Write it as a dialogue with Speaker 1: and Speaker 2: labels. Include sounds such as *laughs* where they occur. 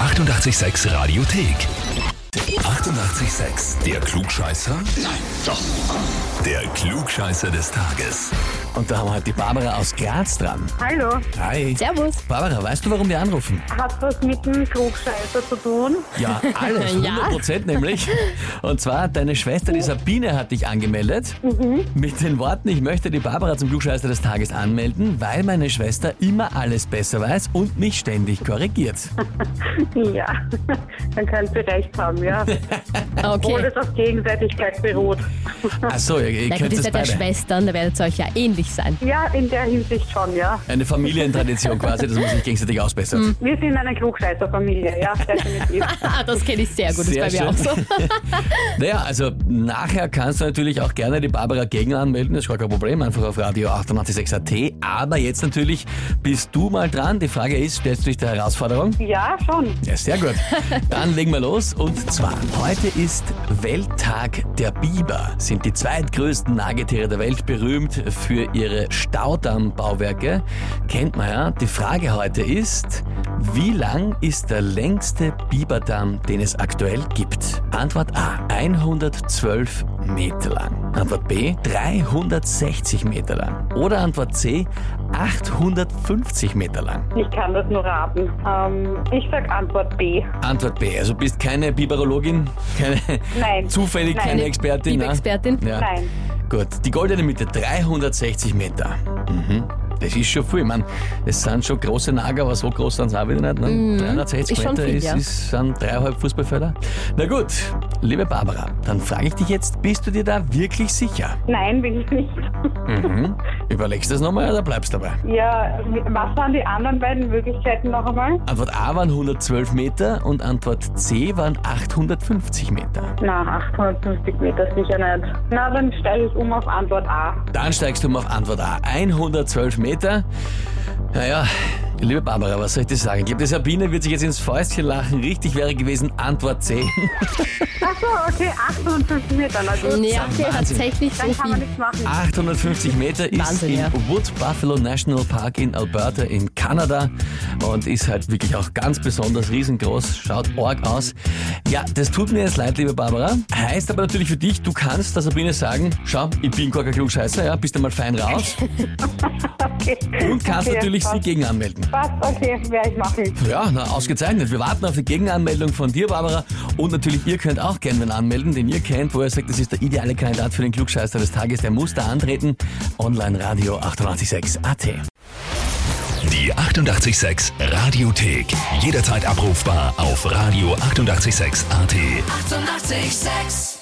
Speaker 1: 886 Radiothek. 88,6. Der Klugscheißer? Nein, doch. Der Klugscheißer des Tages.
Speaker 2: Und da haben wir halt die Barbara aus Graz dran.
Speaker 3: Hallo,
Speaker 2: Hi.
Speaker 4: Servus.
Speaker 2: Barbara, weißt du, warum wir anrufen?
Speaker 3: hat was mit dem Klugscheißer zu tun? *laughs*
Speaker 4: *laughs*
Speaker 2: Ja, alles,
Speaker 4: Ja.
Speaker 2: 100 Prozent nämlich. Und zwar, deine Schwester, die Sabine, hat dich angemeldet.
Speaker 4: Mhm.
Speaker 2: Mit den Worten, ich möchte die Barbara zum Klugscheißer des Tages anmelden, weil meine Schwester immer alles besser weiß und mich ständig
Speaker 4: *laughs*
Speaker 2: korrigiert.
Speaker 3: Ja, *laughs* dann können Sie recht haben, ja. Obwohl
Speaker 4: Ah, Okay.
Speaker 3: es auf Gegenseitigkeit beruht.
Speaker 2: Achso, ihr, ihr
Speaker 4: Na gut,
Speaker 2: könnt
Speaker 4: ihr
Speaker 2: es
Speaker 4: seid ja
Speaker 2: beide.
Speaker 4: Schwestern, da werdet ihr euch ja ähnlich sein. *laughs*
Speaker 3: Ja, in der Hinsicht schon, ja.
Speaker 2: Eine Familientradition quasi, dass man sich gegenseitig ausbessert.
Speaker 3: Wir sind eine Klugscheißer-Familie, ja, definitiv.
Speaker 4: Ah, das kenne ich sehr gut,
Speaker 2: Sehr
Speaker 4: das ist bei mir
Speaker 2: schön.
Speaker 4: auch so.
Speaker 2: *laughs* Naja, also nachher kannst du natürlich auch gerne die Barbara Gegner anmelden, ist gar kein Problem, einfach auf Radio 886 AT. Aber jetzt natürlich bist du mal dran. Die Frage ist, stellst du dich der Herausforderung?
Speaker 3: Ja, schon.
Speaker 2: Ja, sehr gut. Dann legen wir los. Und zwar, heute ist Welttag der Biber. Sind die zweitgrößten Nagetiere der Welt berühmt für ihre Staudamm-Bauwerke. Kennt man ja. Die Frage heute ist, wie lang ist der längste Biberdamm, den es aktuell gibt? Antwort A, 112 Meter lang. Antwort B, 360 Meter lang. Oder Antwort C, 850 Meter lang.
Speaker 3: Ich kann das nur raten. Ähm, ich sag Antwort B.
Speaker 2: Antwort B. Also bist keine Biberologin, keine
Speaker 3: Nein.
Speaker 2: zufällig
Speaker 3: Nein.
Speaker 2: keine Expertin. ne?
Speaker 4: Biberexpertin?
Speaker 2: Ja.
Speaker 3: Nein.
Speaker 2: Gut. Die goldene Mitte, 360 Meter. Mhm. Das ist schon viel. Ich meine, es sind schon große Nager, aber so groß sind sie auch wieder nicht. Ne? 360
Speaker 4: Mhm. Ist schon
Speaker 2: Meter
Speaker 4: viel,
Speaker 2: ist,
Speaker 4: ja.
Speaker 2: ist, sind dreieinhalb Fußballfelder. Na gut, liebe Barbara, dann frage ich dich jetzt, bist du dir da wirklich sicher?
Speaker 3: Nein, bin ich nicht.
Speaker 2: Mhm. Überlegst du das nochmal oder bleibst dabei?
Speaker 3: Ja, was waren die anderen beiden Möglichkeiten noch einmal?
Speaker 2: Antwort A waren 112 Meter und Antwort C waren 850 Meter.
Speaker 3: Na, 850 Meter sicher nicht. Na, dann steige ich um auf Antwort A.
Speaker 2: Dann steigst du mal auf Antwort A. 112 Meter. Naja, liebe Barbara, was soll ich dir sagen? Ich glaube, die Sabine wird sich jetzt ins Fäustchen lachen. Richtig wäre gewesen Antwort C.
Speaker 3: Ach so, okay, 58 Meter, na gut.
Speaker 4: Ja,
Speaker 2: Wahnsinn.
Speaker 4: tatsächlich so
Speaker 3: Dann kann man
Speaker 4: viel.
Speaker 3: nichts machen.
Speaker 2: Ah,
Speaker 3: *laughs*
Speaker 2: 850 Meter ist
Speaker 4: Wahnsinn,
Speaker 2: im
Speaker 4: ja.
Speaker 2: Wood Buffalo National Park in Alberta in Kanada und ist halt wirklich auch ganz besonders riesengroß, schaut org aus. Ja, das tut mir jetzt leid, liebe Barbara. Heißt aber natürlich für dich, du kannst der Sabine sagen, schau, ich bin gar kein Klugscheißer, ja, bist einmal fein raus
Speaker 3: Okay.
Speaker 2: und kannst
Speaker 3: okay,
Speaker 2: natürlich sie
Speaker 3: passt.
Speaker 2: gegen anmelden.
Speaker 3: Passt, okay, werde ich machen.
Speaker 2: Ja, na, ausgezeichnet. Wir warten auf die Gegenanmeldung von dir, Barbara. Und natürlich, ihr könnt auch gerne wen anmelden, den ihr kennt, wo ihr sagt, das ist der ideale Kandidat für den Klugscheißer des Tages. Der muss da antreten. Online Radio 886 AT.
Speaker 1: Die 88,6 Radiothek. Jederzeit abrufbar auf radio886.at. 88,6.
Speaker 5: Eighty-eight, sex.